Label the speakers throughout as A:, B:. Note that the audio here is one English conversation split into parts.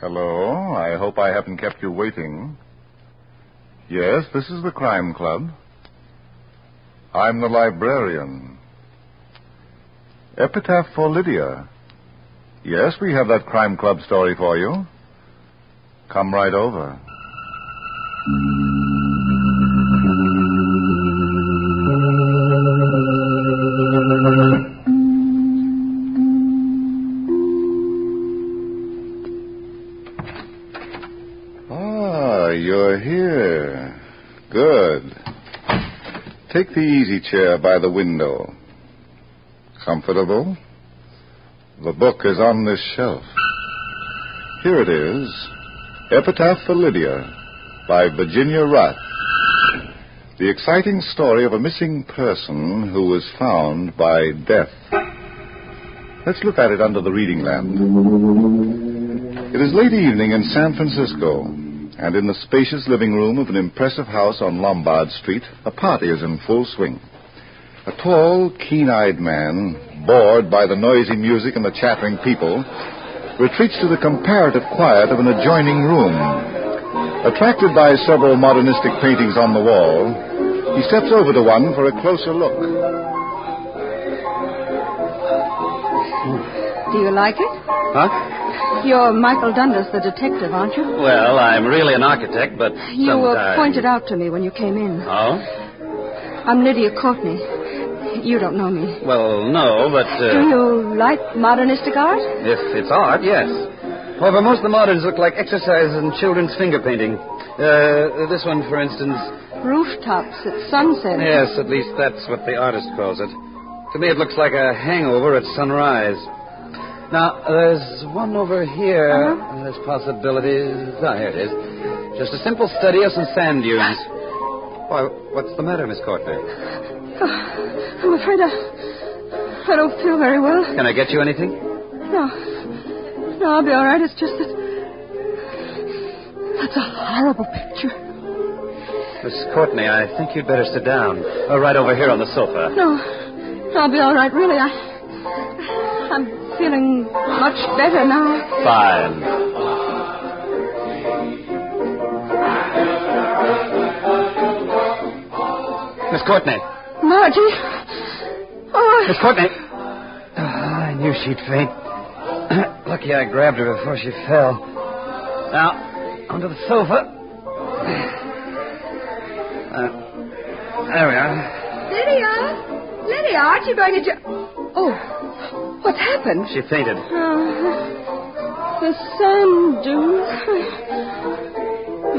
A: Hello. I hope I haven't kept you waiting. Yes, this is the Crime Club. I'm the librarian. Epitaph for Lydia. Yes, we have that Crime Club story for you. Come right over. Ah, you're here. Good. Take the easy chair by the window. Comfortable? The book is on this shelf. Here it is Epitaph for Lydia by Virginia Rath. The exciting story of a missing person who was found by death. Let's look at it under the reading lamp. It is late evening in San Francisco, and in the spacious living room of an impressive house on Lombard Street, a party is in full swing. A tall, keen eyed man, bored by the noisy music and the chattering people, retreats to the comparative quiet of an adjoining room. Attracted by several modernistic paintings on the wall, he steps over to one for a closer look.
B: Do you like it?
C: Huh?
B: You're Michael Dundas, the detective, aren't you?
C: Well, I'm really an architect, but
B: You were
C: sometimes-
B: pointed out to me when you came in.
C: Oh?
B: I'm Lydia Courtney. You don't know me.
C: Well, no, but
B: Do
C: uh,
B: you like modernistic art?
C: if it's art, yes. However, most of the moderns look like exercises in children's finger painting. Uh, this one, for instance.
B: Rooftops at sunset.
C: Yes, at least that's what the artist calls it. To me, it looks like a hangover at sunrise. Now, there's one over here.
B: Uh-huh.
C: There's possibilities. Ah, here it is. Just a simple study of some sand dunes. Why, what's the matter, Miss Courtney?
B: I'm afraid I, I don't feel very well.
C: Can I get you anything?
B: No. No, I'll be all right. It's just that. That's a horrible picture.
C: Miss Courtney, I think you'd better sit down. Uh, right over here on the sofa.
B: No. no I'll be all right, really. I. I'm feeling much better now.
C: Fine. Miss Courtney.
B: Margie.
C: Miss
B: Oh,
C: Courtney. Ah, I knew she'd faint. Lucky I grabbed her before she fell. Now, onto the sofa. Uh, there we are.
B: Lydia. Lydia, aren't you going to... Jo- oh, what's happened?
C: She fainted.
B: Oh, Uh, the sun do.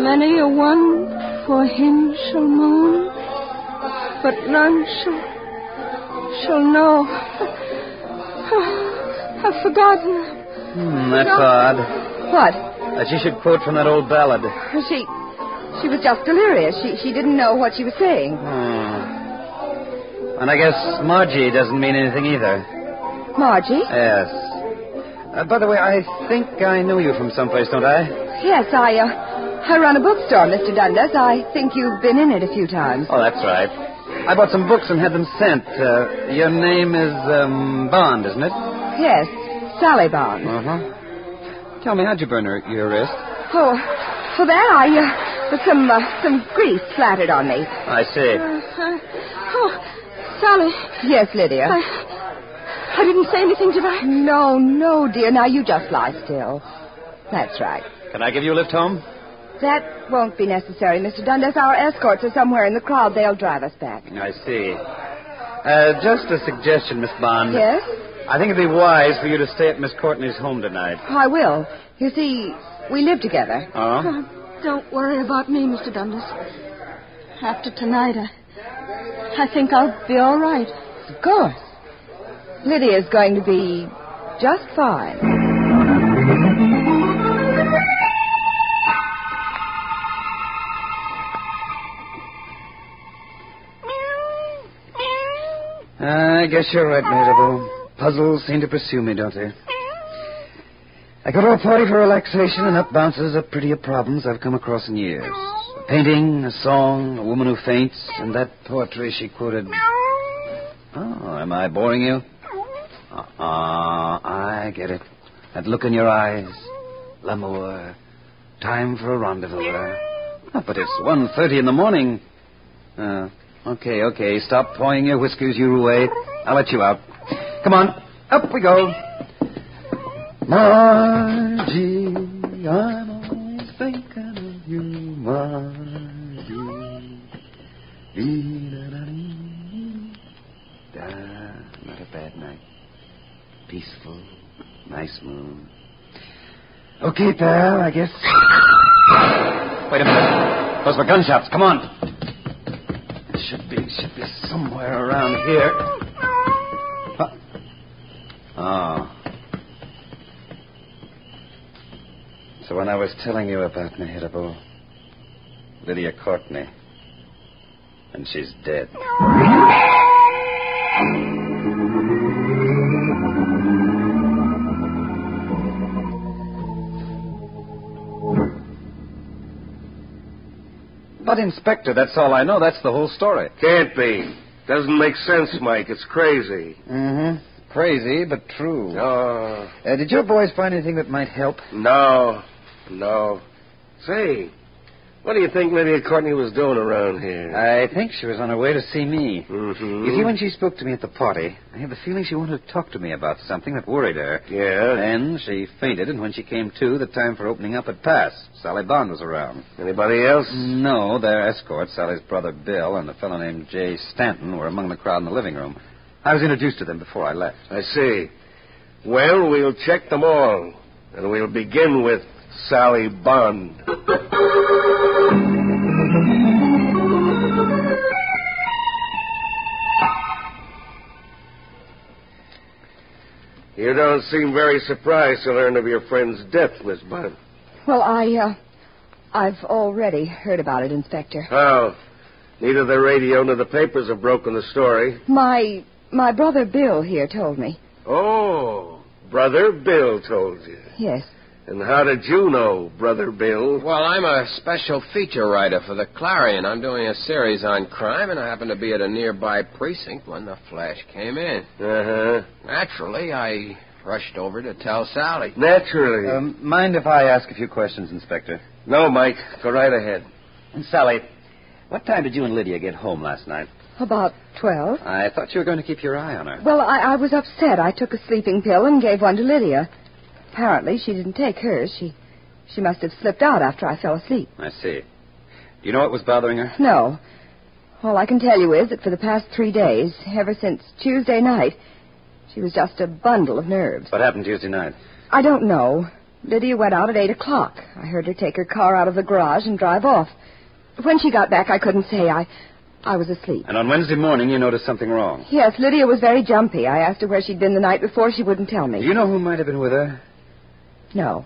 B: Many a one for him shall moan, but none shall, shall know. I've forgotten.
C: Hmm, that's odd.
B: What?
C: Uh, she should quote from that old ballad.
B: She, she was just delirious. She, she didn't know what she was saying.
C: Hmm. And I guess Margie doesn't mean anything either.
B: Margie?
C: Yes. Uh, by the way, I think I know you from someplace, don't I?
B: Yes, I, uh, I run a bookstore, Mr. Dundas. I think you've been in it a few times.
C: Oh, that's right. I bought some books and had them sent. Uh, your name is um, Bond, isn't it?
B: Yes, Sally Bond.
C: Uh huh. Tell me, how'd you burn her, your wrist?
B: Oh, for that I, uh, some, uh, some grease splattered on me.
C: I see.
B: Uh, oh, Sally. Yes, Lydia. I, I didn't say anything, did I? No, no, dear. Now you just lie still. That's right.
C: Can I give you a lift home?
B: That won't be necessary, Mr. Dundas. Our escorts are somewhere in the crowd. They'll drive us back.
C: I see. Uh, just a suggestion, Miss Bond.
B: Yes?
C: I think it'd be wise for you to stay at Miss Courtney's home tonight.
B: I will. You see, we live together.
C: Oh?
B: Oh, don't worry about me, Mr. Dundas. After tonight, I, I think I'll be all right. Of course. Lydia's going to be just fine.
C: I guess you're right, Mabel. Puzzles seem to pursue me, don't they? I go to a party for relaxation, and up bounces up prettier problems I've come across in years. A painting, a song, a woman who faints, and that poetry she quoted. Oh, am I boring Uh-uh, you? Ah, I get it. That look in your eyes. L'amour. Time for a rendezvous. Ah, but it's one thirty in the morning. Uh, okay, okay. Stop pouring your whiskers, you roue. I'll let you out. Come on. Up we go. Margie, I'm always thinking of you, Margie. Dee-da-da-dee. Da, not a bad night. Peaceful, nice moon. Okay, pal, I guess. Wait a minute. Those were gunshots. Come on. Should be, should be somewhere around here. Huh. Oh. So when I was telling you about Nahidabo, Lydia caught me. And she's dead. But, Inspector, that's all I know. That's the whole story.
D: Can't be. Doesn't make sense, Mike. It's crazy.
C: Mm-hmm. Crazy, but true.
D: Oh,
C: Uh, did your boys find anything that might help?
D: no. No. Say, what do you think Lydia Courtney was doing around here?
C: I think she was on her way to see me.
D: Mm-hmm.
C: You see, when she spoke to me at the party, I had the feeling she wanted to talk to me about something that worried her.
D: Yeah.
C: Then she fainted, and when she came to, the time for opening up had passed. Sally Bond was around.
D: Anybody else?
C: Mm. No, their escorts, Sally's brother Bill and a fellow named Jay Stanton, were among the crowd in the living room. I was introduced to them before I left.
D: I see. Well, we'll check them all. And we'll begin with Sally Bond. You don't seem very surprised to learn of your friend's death, Miss Bond.
B: Well, I, uh, I've already heard about it, Inspector.
D: How? Neither the radio nor the papers have broken the story.
B: My, my brother Bill here told me.
D: Oh, Brother Bill told you.
B: Yes.
D: And how did you know, Brother Bill?
E: Well, I'm a special feature writer for the Clarion. I'm doing a series on crime, and I happened to be at a nearby precinct when the flash came in.
D: Uh huh.
E: Naturally, I rushed over to tell Sally.
D: Naturally.
C: Um, mind if I ask a few questions, Inspector?
D: no, Mike. Go right ahead.
C: And Sally, what time did you and Lydia get home last night?
B: About 12.
C: I thought you were going to keep your eye on her.
B: Well, I, I was upset. I took a sleeping pill and gave one to Lydia. Apparently, she didn't take hers. She, she must have slipped out after I fell asleep.
C: I see. Do you know what was bothering her?
B: No. All I can tell you is that for the past three days, ever since Tuesday night, she was just a bundle of nerves.
C: What happened Tuesday night?
B: I don't know. Lydia went out at 8 o'clock. I heard her take her car out of the garage and drive off. When she got back, I couldn't say. I, I was asleep.
C: And on Wednesday morning, you noticed something wrong.
B: Yes, Lydia was very jumpy. I asked her where she'd been the night before. She wouldn't tell
C: Do
B: me.
C: you know who might have been with her?
B: No.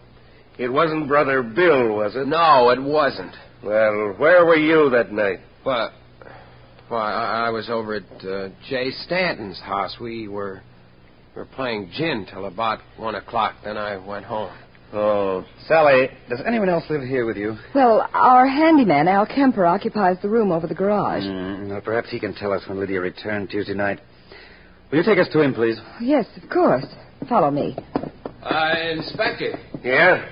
D: It wasn't Brother Bill, was it?
E: No, it wasn't.
D: Well, where were you that night?
E: Well, well I, I was over at uh, Jay Stanton's house. We were, we were playing gin till about 1 o'clock. Then I went home.
D: Oh.
C: Sally, does anyone else live here with you?
B: Well, our handyman, Al Kemper, occupies the room over the garage.
C: Mm, well, perhaps he can tell us when Lydia returned Tuesday night. Will you take us to him, please?
B: Yes, of course. Follow me.
E: Uh, Inspector,
D: Yeah?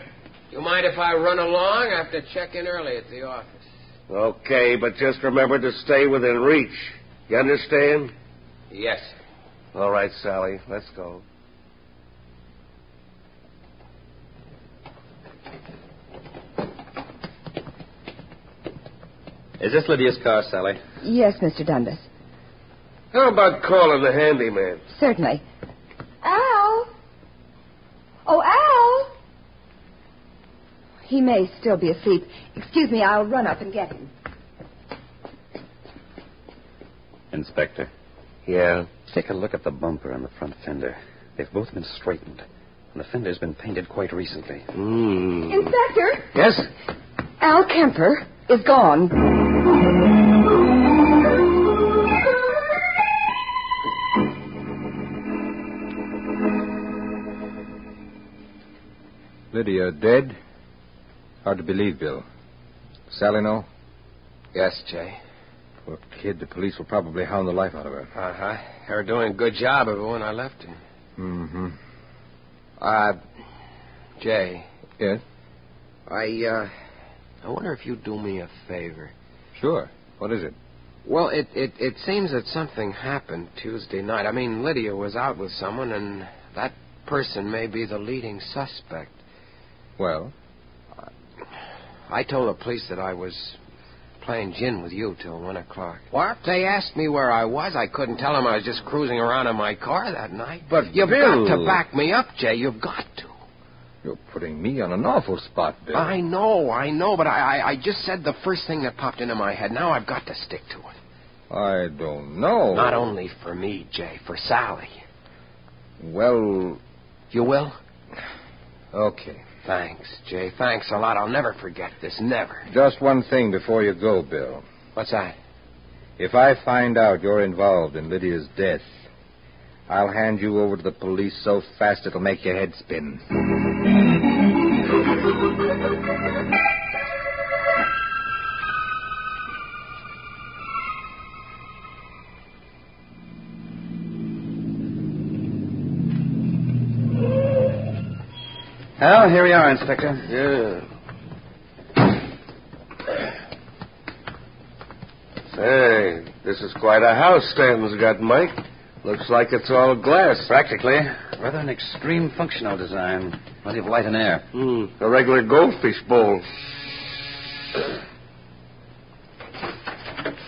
E: you mind if I run along? I have to check in early at the office.
D: Okay, but just remember to stay within reach. You understand?
E: Yes.
D: All right, Sally. Let's go.
C: Is this Lydia's car, Sally?
B: Yes, Mr. Dundas.
D: How about calling the handyman?
B: Certainly. Al? Oh, Al? He may still be asleep. Excuse me, I'll run up and get him.
C: Inspector,
D: Yeah.
C: take a look at the bumper and the front fender. They've both been straightened, and the fender's been painted quite recently.
D: Mm.
B: Inspector,
D: Yes?
B: Al Kemper is gone.
F: Lydia dead? Hard to believe, Bill. Sally, no?
E: Yes, Jay.
F: Poor kid, the police will probably hound the life out of her.
E: Uh
D: Uh-huh.
E: huh. They were doing a good job of it when I left her.
F: Mm-hmm.
E: Uh, Jay.
F: Yes?
G: I, uh, I wonder if you'd do me a favor.
A: Sure. What is it?
G: Well, it, it, it seems that something happened Tuesday night. I mean, Lydia was out with someone, and that person may be the leading suspect.
A: Well,
G: I told the police that I was playing gin with you till one o'clock. What? They asked me where I was. I couldn't tell them I was just cruising around in my car that night.
A: But,
G: you've got
A: Bill-
G: to back me up, Jay. You've got to.
A: you're putting me on an awful spot, Bill.
G: I know, I know, but I, I, I just said the first thing that popped into my head. Now I've got to stick to it.
A: I don't know.
G: Not only for me, Jay, for Sally.
A: Well,
G: You will?
A: okay.
G: Thanks, Jay. Thanks a lot. I'll never forget this. Never.
A: Just one thing before you go, Bill.
G: What's that?
A: If I find out you're involved in Lydia's death, I'll hand you over to the police so fast it'll make your head spin.
C: Well, here we are, Inspector.
D: Yeah. Say, this is quite a house Stanton's got, Mike. Looks like it's all glass.
C: Practically. Rather an extreme functional design. Plenty of light and air.
D: Hmm, a regular goldfish bowl.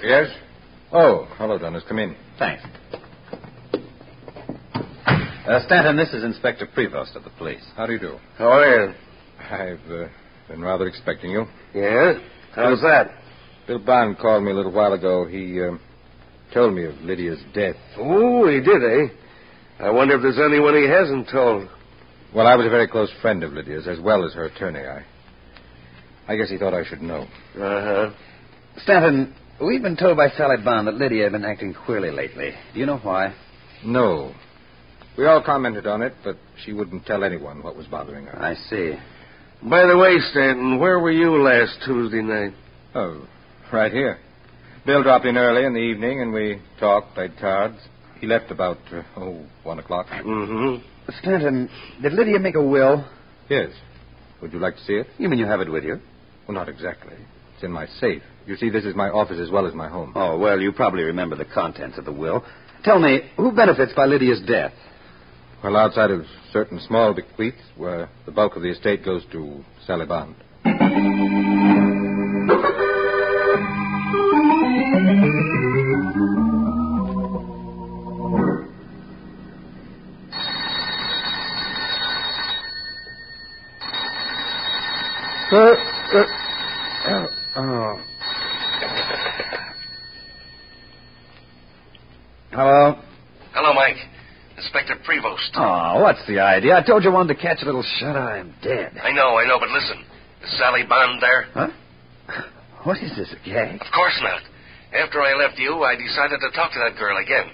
A: Yes? Oh, hello, Donners. Come in.
C: Thanks.
A: Uh, Stanton, this is Inspector Prevost of the police. How do you do?
D: How are
A: I've uh, been rather expecting you.
D: you? Yeah? How's that?
A: Bill Bond called me a little while ago. He um, told me of Lydia's death.
D: Oh, he did, eh? I wonder if there's anyone he hasn't told.
A: Well, I was a very close friend of Lydia's, as well as her attorney. I, I guess he thought I should know.
G: Uh-huh.
D: Uh huh.
C: Stanton, we've been told by Sally Bond that Lydia had been acting queerly lately. Do you know why?
A: No. We all commented on it, but she wouldn't tell anyone what was bothering her.
C: I see.
D: By the way, Stanton, where were you last Tuesday night?
A: Oh, right here. Bill dropped in early in the evening, and we talked, played cards. He left about, uh, oh, one o'clock.
D: Mm
G: Mm-hmm.
D: hmm.
C: Stanton, did Lydia make a will?
A: Yes. Would you like to see it?
C: You mean you have it with you?
A: Well, not exactly. It's in my safe. You see, this is my office as well as my home.
C: Oh, well, you probably remember the contents of the will. Tell me, who benefits by Lydia's death?
A: Well, outside of certain small bequeaths, where the bulk of the estate goes to Sally Bond.
C: Hello?
D: Hello, Mike. Inspector Prevost.
C: Oh, what's the idea? I told you I wanted to catch a little shut eye. I'm dead.
D: I know, I know, but listen. Is Sally Bond there?
C: Huh? What is this, a gag?
D: Of course not. After I left you, I decided to talk to that girl again.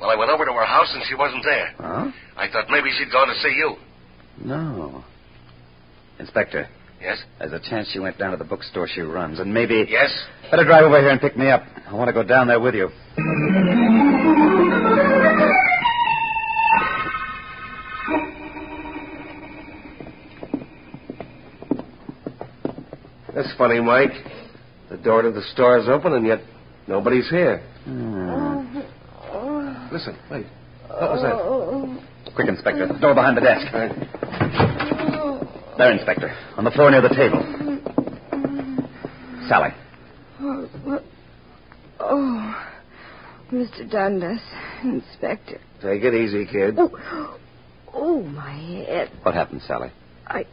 D: Well, I went over to her house and she wasn't there.
C: Huh?
D: I thought maybe she'd gone to see you.
C: No. Inspector,
D: Yes?
C: there's a chance she went down to the bookstore she runs, and maybe.
D: Yes?
C: Better drive over here and pick me up. I want to go down there with you.
D: That's funny, Mike. The door to the store is open and yet nobody's here.
C: Hmm.
D: Listen, wait. What was that?
C: Quick, Inspector. The door behind the desk. There, Inspector. On the floor near the table. Sally.
B: Oh, Mr. Dundas, Inspector.
D: Take it easy, kid.
B: Oh, oh, my head.
C: What happened, Sally?
B: I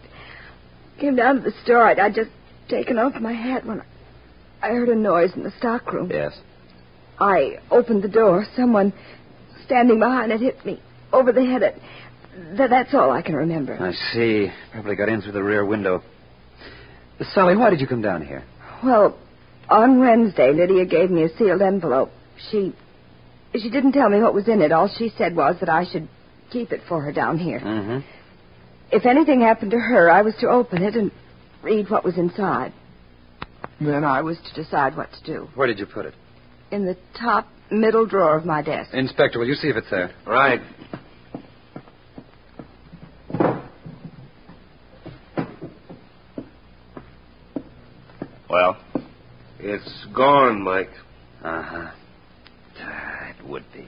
B: came down to the store. I'd, I'd just taken off my hat when I heard a noise in the stockroom.
C: Yes.
B: I opened the door. Someone standing behind it hit me over the head. It, th- that's all I can remember.
C: I see. Probably got in through the rear window. Sally, why did you come down here?
B: Well, on Wednesday, Lydia gave me a sealed envelope. She she didn't tell me what was in it. All she said was that I should keep it for her down here.
C: Mm-hmm.
B: If anything happened to her, I was to open it and read what was inside. Then I was to decide what to do.
C: Where did you put it?
B: In the top middle drawer of my desk.
C: Eh.
A: Inspector, will you see if it's there?
D: Right. Well? It's gone, Mike.
C: Uh huh. Ah, It would be.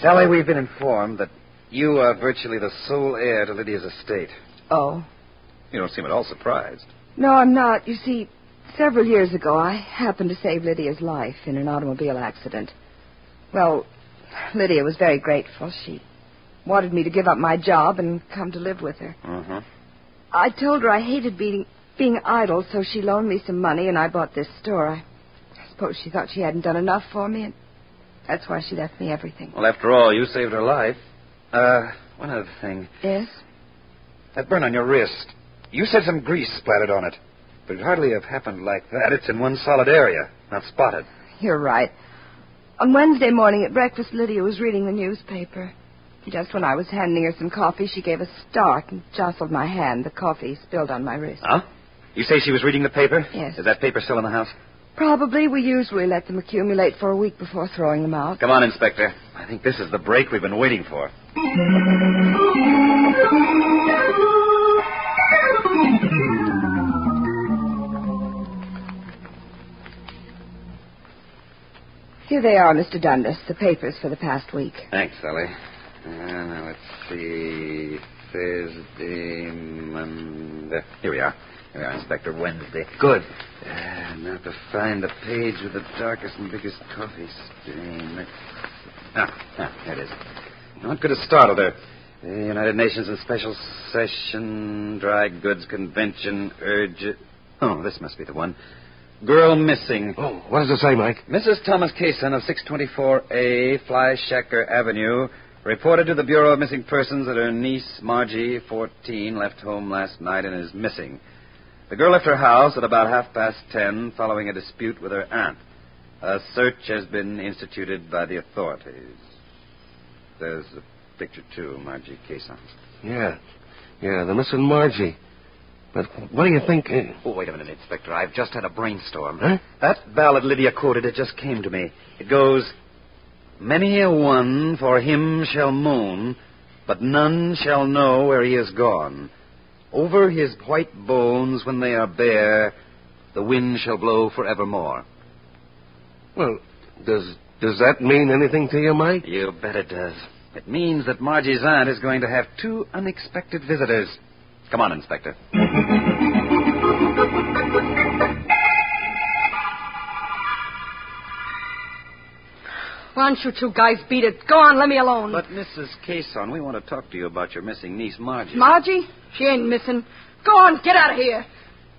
C: Sally, we've been informed that you are virtually the sole heir to Lydia's estate.
B: Oh.
F: You don't seem at all surprised.
B: No, I'm not. You see, several years ago, I happened to save Lydia's life in an automobile accident. Well, Lydia was very grateful. She wanted me to give up my job and come to live with her.
C: Uh
D: Mm-hmm.
C: huh.
B: I told her I hated being being idle, so she loaned me some money and I bought this store. I, I suppose she thought she hadn't done enough for me, and that's why she left me everything.
C: Well, after all, you saved her life. Uh, one other thing.
B: Yes?
C: That burn on your wrist. You said some grease splattered on it. But it hardly have happened like that. It's in one solid area, not spotted.
B: You're right. On Wednesday morning at breakfast, Lydia was reading the newspaper. Just when I was handing her some coffee, she gave a start and jostled my hand. The coffee spilled on my wrist.
C: Huh? You say she was reading the paper?
B: Yes.
C: Is that paper still in the house?
B: Probably we usually let them accumulate for a week before throwing them out.
C: Come on, Inspector. I think this is the break we've been waiting for.
B: Here they are, Mr. Dundas, the papers for the past week.
C: Thanks, Sally. Uh, now, let's see. Thursday, Monday. Here we are. Here we are, Inspector. Wednesday. Good. Uh, now to find the page with the darkest and biggest coffee stain. Ah, ah, there it is. Now, What could have startled her? The United Nations in special session, dry goods convention, urge. Oh, this must be the one. Girl missing.
E: Oh, what does it say, Mike?
C: Mrs. Thomas Kaysen of 624A Fly Shacker Avenue reported to the Bureau of Missing Persons that her niece, Margie, 14, left home last night and is missing. The girl left her house at about half past ten following a dispute with her aunt. A search has been instituted by the authorities. There's a picture, too, Margie Kaysen.
E: Yeah. Yeah, the missing Margie. But what do you think? uh,
C: Oh, wait a minute, Inspector. I've just had a brainstorm.
E: Huh?
C: That ballad Lydia quoted, it just came to me. It goes, Many a one for him shall moan, but none shall know where he is gone. Over his white bones, when they are bare, the wind shall blow forevermore.
E: Well, does does that mean anything to you, Mike?
C: You bet it does. It means that Margie's aunt is going to have two unexpected visitors. Come on, Inspector.
B: Why don't you two guys beat it? Go on, let me alone.
C: But, Mrs. Cason, we want to talk to you about your missing niece, Margie.
B: Margie, she ain't missing. Go on, get out of here.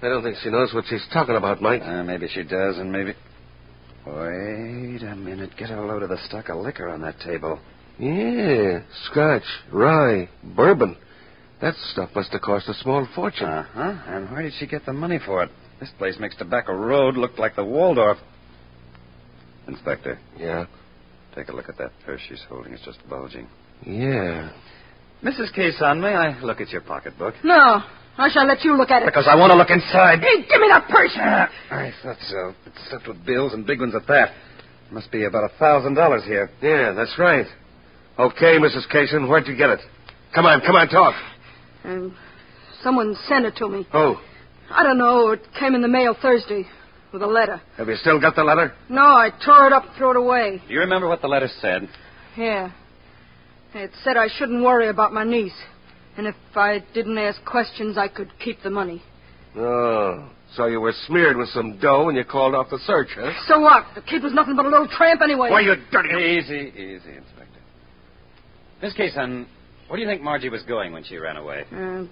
E: I don't think she knows what she's talking about, Mike.
C: Uh, maybe she does, and maybe. Wait a minute. Get a load of the stock of liquor on that table.
E: Yeah, scotch, rye, bourbon. That stuff must have cost a small fortune.
C: Uh huh. And where did she get the money for it? This place makes Tobacco Road look like the Waldorf. Inspector,
E: yeah,
C: take a look at that purse she's holding. It's just bulging.
E: yeah.
C: Mrs. Kayson, may I look at your pocketbook?
B: No, I shall let you look at it.
C: Because I want to look inside.
B: Hey, give me that purse.
C: Ah, I thought so. It's stuffed with bills and big ones at that. Must be about a thousand dollars here.
E: Yeah, that's right. Okay, Mrs. Kaysen, where'd you get it? Come on, come on, talk.
H: Um, someone sent it to me.
E: Oh,
H: I don't know. It came in the mail Thursday with a letter.
E: have you still got the letter?
H: No, I tore it up and threw it away.
C: Do you remember what the letter said?
H: Yeah. It said I shouldn't worry about my niece. And if I didn't ask questions, I could keep the money.
E: Oh, so you were smeared with some dough and you called off the search, huh?
H: So what? The kid was nothing but a little tramp anyway.
E: Why, you dirty...
C: Easy, easy, Inspector. Miss Kaysen, where do you think Margie was going when she ran away?
H: Uh,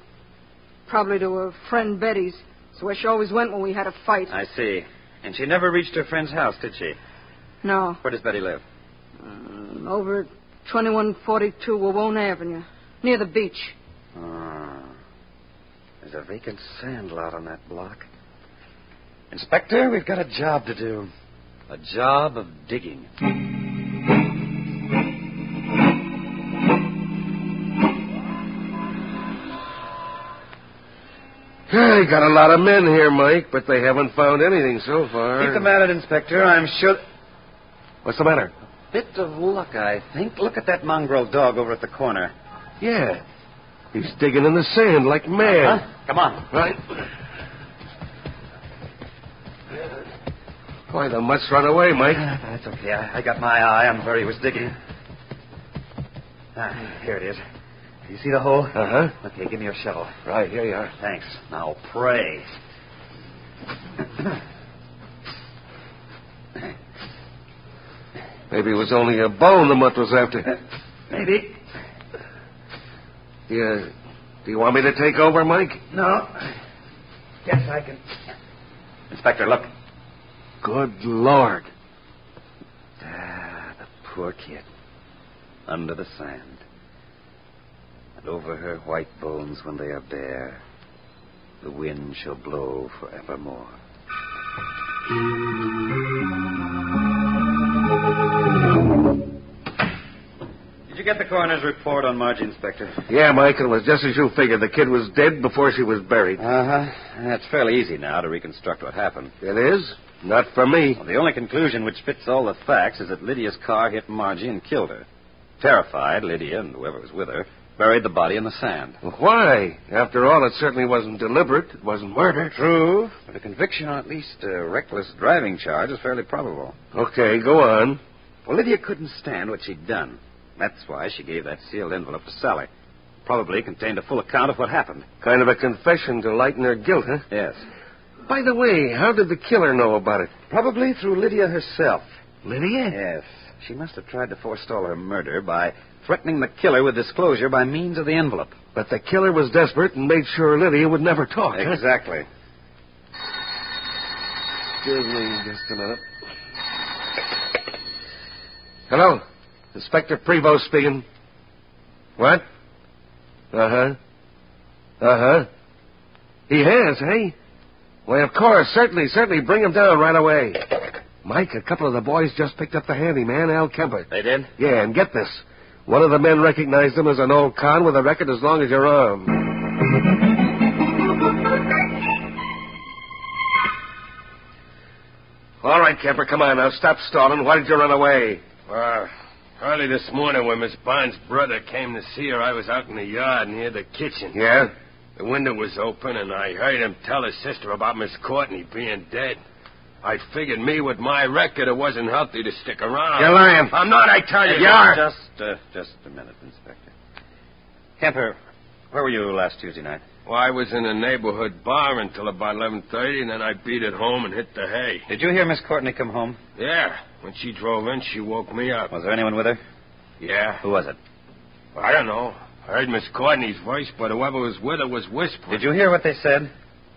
H: probably to her friend Betty's. It's where she always went when we had a fight.
C: I see. And she never reached her friend's house, did she?
H: No.
C: Where does Betty live?
H: Um, over at 2142 Wawona Avenue, near the beach.
C: Ah. There's a vacant sand lot on that block. Inspector, we've got a job to do. A job of digging.
E: Yeah, you got a lot of men here, Mike, but they haven't found anything so far.
C: Keep them at it, Inspector. I'm sure.
E: What's the matter?
C: Bit of luck, I think. Look at that mongrel dog over at the corner.
E: Yeah. Uh-huh. He's digging in the sand like mad.
C: Huh? Come on.
E: Right.
D: Why, the mutt's run away, Mike.
C: Ah, That's okay. I, I got my eye on where he was digging. Ah, here it is. You see the hole?
D: Uh-huh.
C: Okay, give me your shovel.
D: Right, here you are.
C: Thanks. Now pray.
D: Maybe it was only a bone the mutt was after.
C: Maybe.
D: Do you, do you want me to take over, Mike?
C: No. Yes, I can. Inspector, look.
D: Good Lord.
C: Ah, the poor kid. Under the sand. And over her white bones when they are bare, the wind shall blow forevermore. Did you get the coroner's report on Margie, Inspector?
D: Yeah, Michael, it was just as you figured. The kid was dead before she was buried.
C: Uh huh. It's fairly easy now to reconstruct what happened.
D: It is? Not for me.
C: Well, the only conclusion which fits all the facts is that Lydia's car hit Margie and killed her. Terrified, Lydia and whoever was with her buried the body in the sand.
D: Why? After all, it certainly wasn't deliberate. It wasn't murder.
C: True, but a conviction on at least a reckless driving charge is fairly probable.
D: Okay, go on.
C: Well, Lydia couldn't stand what she'd done. That's why she gave that sealed envelope to Sally. Probably contained a full account of what happened.
D: Kind of a confession to lighten her guilt, huh?
C: Yes.
D: By the way, how did the killer know about it?
C: Probably through Lydia herself.
D: Lydia?
C: Yes. She must have tried to forestall her murder by threatening the killer with disclosure by means of the envelope.
D: But the killer was desperate and made sure Lydia would never talk. huh?
C: Exactly.
D: Excuse me just a minute. Hello? Inspector Prevost speaking. What? Uh huh. Uh huh. He has, hey? Why, of course, certainly, certainly. Bring him down right away. Mike, a couple of the boys just picked up the handyman, Al Kemper.
C: They did?
D: Yeah, and get this. One of the men recognized him as an old con with a record as long as your arm. All right, Kemper, come on now. Stop stalling. Why did you run away?
E: Well, Ah, early this morning when Miss Bond's brother came to see her, I was out in the yard near the kitchen.
D: Yeah?
E: The window was open, and I heard him tell his sister about Miss Courtney being dead. I figured me with my record, it wasn't healthy to stick around.
D: You're lying.
E: I'm not, I tell you.
D: You are.
C: Just, uh, just a minute, Inspector. Kemper, where were you last Tuesday night?
E: Well, I was in a neighborhood bar until about 11.30, and then I beat it home and hit the hay.
C: Did you hear Miss Courtney come home?
E: Yeah, when she drove in, she woke me up.
C: Was there anyone with her?
E: Yeah,
C: Who was it?
E: I don't know. I heard Miss Courtney's voice, but whoever was with her was whispering.
C: Did you hear what they said?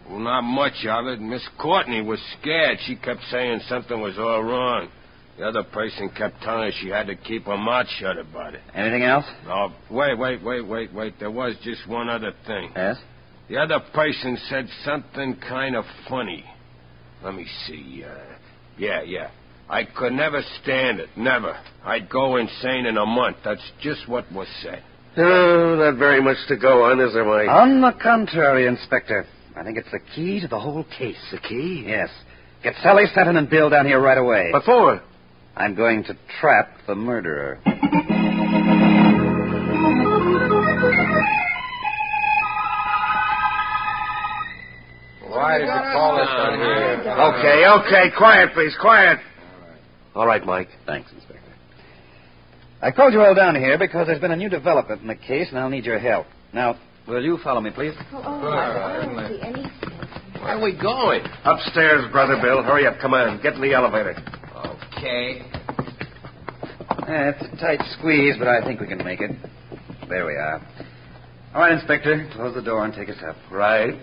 E: Well, not much of it. Miss Courtney was scared. She kept saying something was all wrong. The other person kept telling her she had to keep her mouth shut about it.
C: Anything else?
E: No, wait, wait, wait, wait, wait. There was just one other thing.
C: Yes.
E: The other person said something kind of funny. Let me see. Uh, yeah, yeah. I could never stand it. Never. I'd go insane in a month. That's just what was said.
D: Oh, not very much to go on, is there, Mike?
C: On the contrary, Inspector. I think it's the key to the whole case. The key? Yes. Get Sally, Seven, and Bill down here right away.
D: What for?
C: I'm going to trap the murderer.
E: Why did you call us down here?
D: Okay, okay. Quiet, please. Quiet. All right, Mike.
C: Thanks, Inspector. I called you all down here because there's been a new development in the case, and I'll need your help. Now, will you follow me, please?
B: Oh, I don't see anything.
E: Where are we going?
D: Upstairs, Brother Bill. Hurry up. Come on. Get in the elevator.
E: Okay.
C: Eh, it's a tight squeeze, but I think we can make it. There we are. All right, Inspector, close the door and take us up.
D: Right.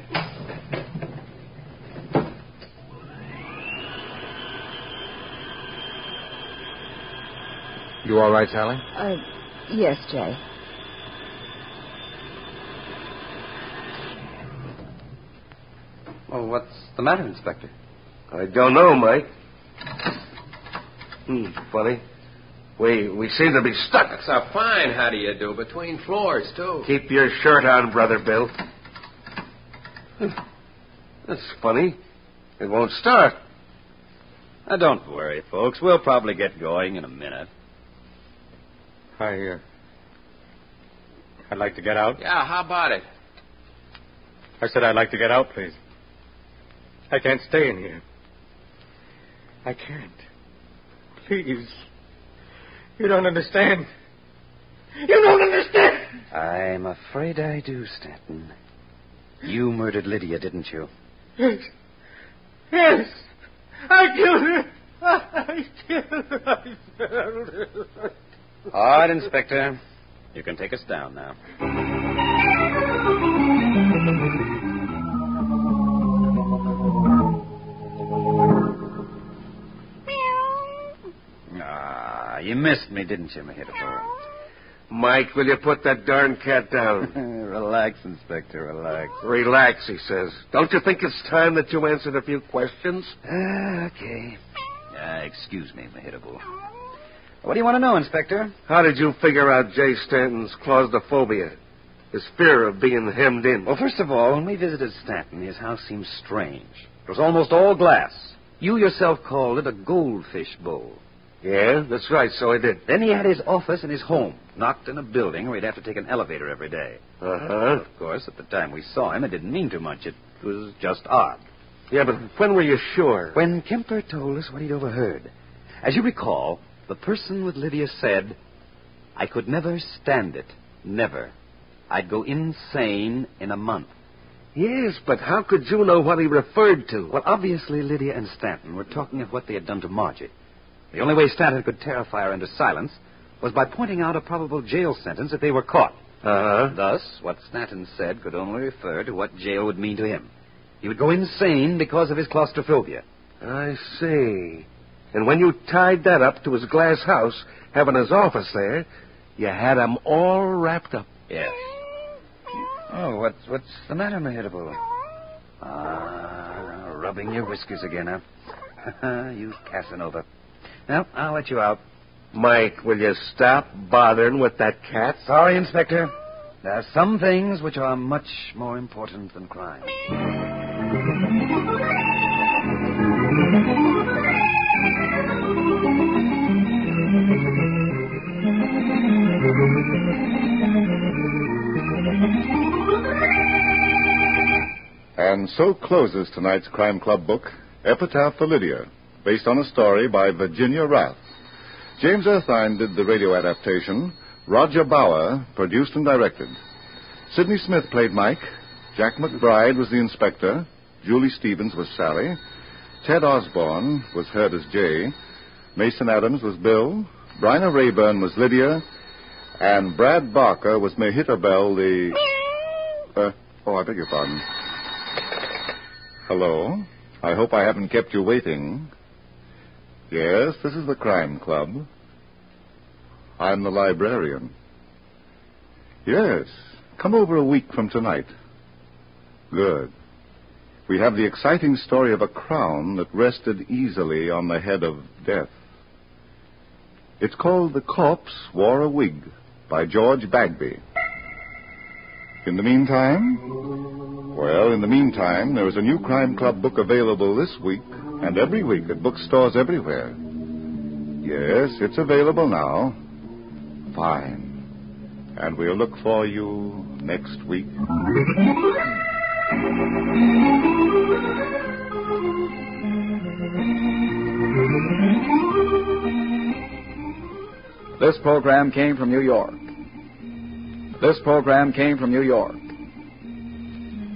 F: You all right, Sally?
B: Uh, yes, Jay.
C: Well, what's the matter, Inspector?
D: I don't know, Mike. Hmm, funny. We we seem to be stuck.
E: That's a fine how do you do between floors, too.
D: Keep your shirt on, Brother Bill. That's funny. It won't start.
C: Now, don't worry, folks. We'll probably get going in a minute.
F: I, uh, I'd like to get out.
E: Yeah, how about it?
F: I said I'd like to get out, please. I can't stay in here.
I: I can't. Please. You don't understand. You don't understand!
C: I'm afraid I do, Stanton. You murdered Lydia, didn't you?
I: Yes. Yes. I killed her. I killed her. I killed her.
C: All right, Inspector. You can take us down now. Ah, you missed me, didn't you, Mejito?
D: Mike, will you put that darn cat down?
C: relax, Inspector, relax.
D: Relax, he says. Don't you think it's time that you answered a few questions?
C: Ah, okay. Ah, excuse me, Mejito. What do you want to know, Inspector?
D: How did you figure out Jay Stanton's claustrophobia? His fear of being hemmed in. Oh,
C: Well, first of all, when we visited Stanton, his house seemed strange. It was almost all glass. You yourself called it a goldfish bowl.
D: yeah, that's right, so I did.
C: Then he had his office and his home, locked in a building where he'd have to take an elevator every day.
D: Uh huh.
C: Of course, at the time we saw him, it didn't mean too much. It was just odd.
D: Yeah, but when were you sure?
C: When Kemper told us what he'd overheard, as you recall, the person with Lydia said, I could never stand it. Never. I'd go insane in a month.
D: Yes, but how could you know what he referred to?
C: Well, obviously, Lydia and Stanton were talking of what they had done to Margie. The only way Stanton could terrify her into silence was by pointing out a probable jail sentence if they were caught.
D: Uh huh.
C: Thus, what Stanton said could only refer to what jail would mean to him. He would go insane because of his claustrophobia.
D: I see. And when you tied that up to his glass house, having his office there, you had him all wrapped up.
C: Yes. Oh, what's, what's the matter, Mehitable? Ah, rubbing your whiskers again, huh? you Casanova. Now, I'll let you out.
D: Mike, will you stop bothering with that cat?
C: Sorry, Inspector. There are some things which are much more important than crime.
A: And so closes tonight's Crime Club book, Epitaph for Lydia, based on a story by Virginia Rath. James Erthine did the radio adaptation, Roger Bauer produced and directed. Sidney Smith played Mike, Jack McBride was the inspector, Julie Stevens was Sally, Ted Osborne was heard as Jay, Mason Adams was Bill, Bryna Rayburn was Lydia, and Brad Barker was Mahita Bell, the. Uh, oh, I beg your pardon. Hello. I hope I haven't kept you waiting. Yes, this is the Crime Club. I'm the librarian. Yes, come over a week from tonight. Good. We have the exciting story of a crown that rested easily on the head of death. It's called The Corpse Wore a Wig by George Bagby. In the meantime, well, in the meantime, there is a new Crime Club book available this week and every week at bookstores everywhere. Yes, it's available now. Fine. And we'll look for you next week.
J: This program came from New York. This program came from New York.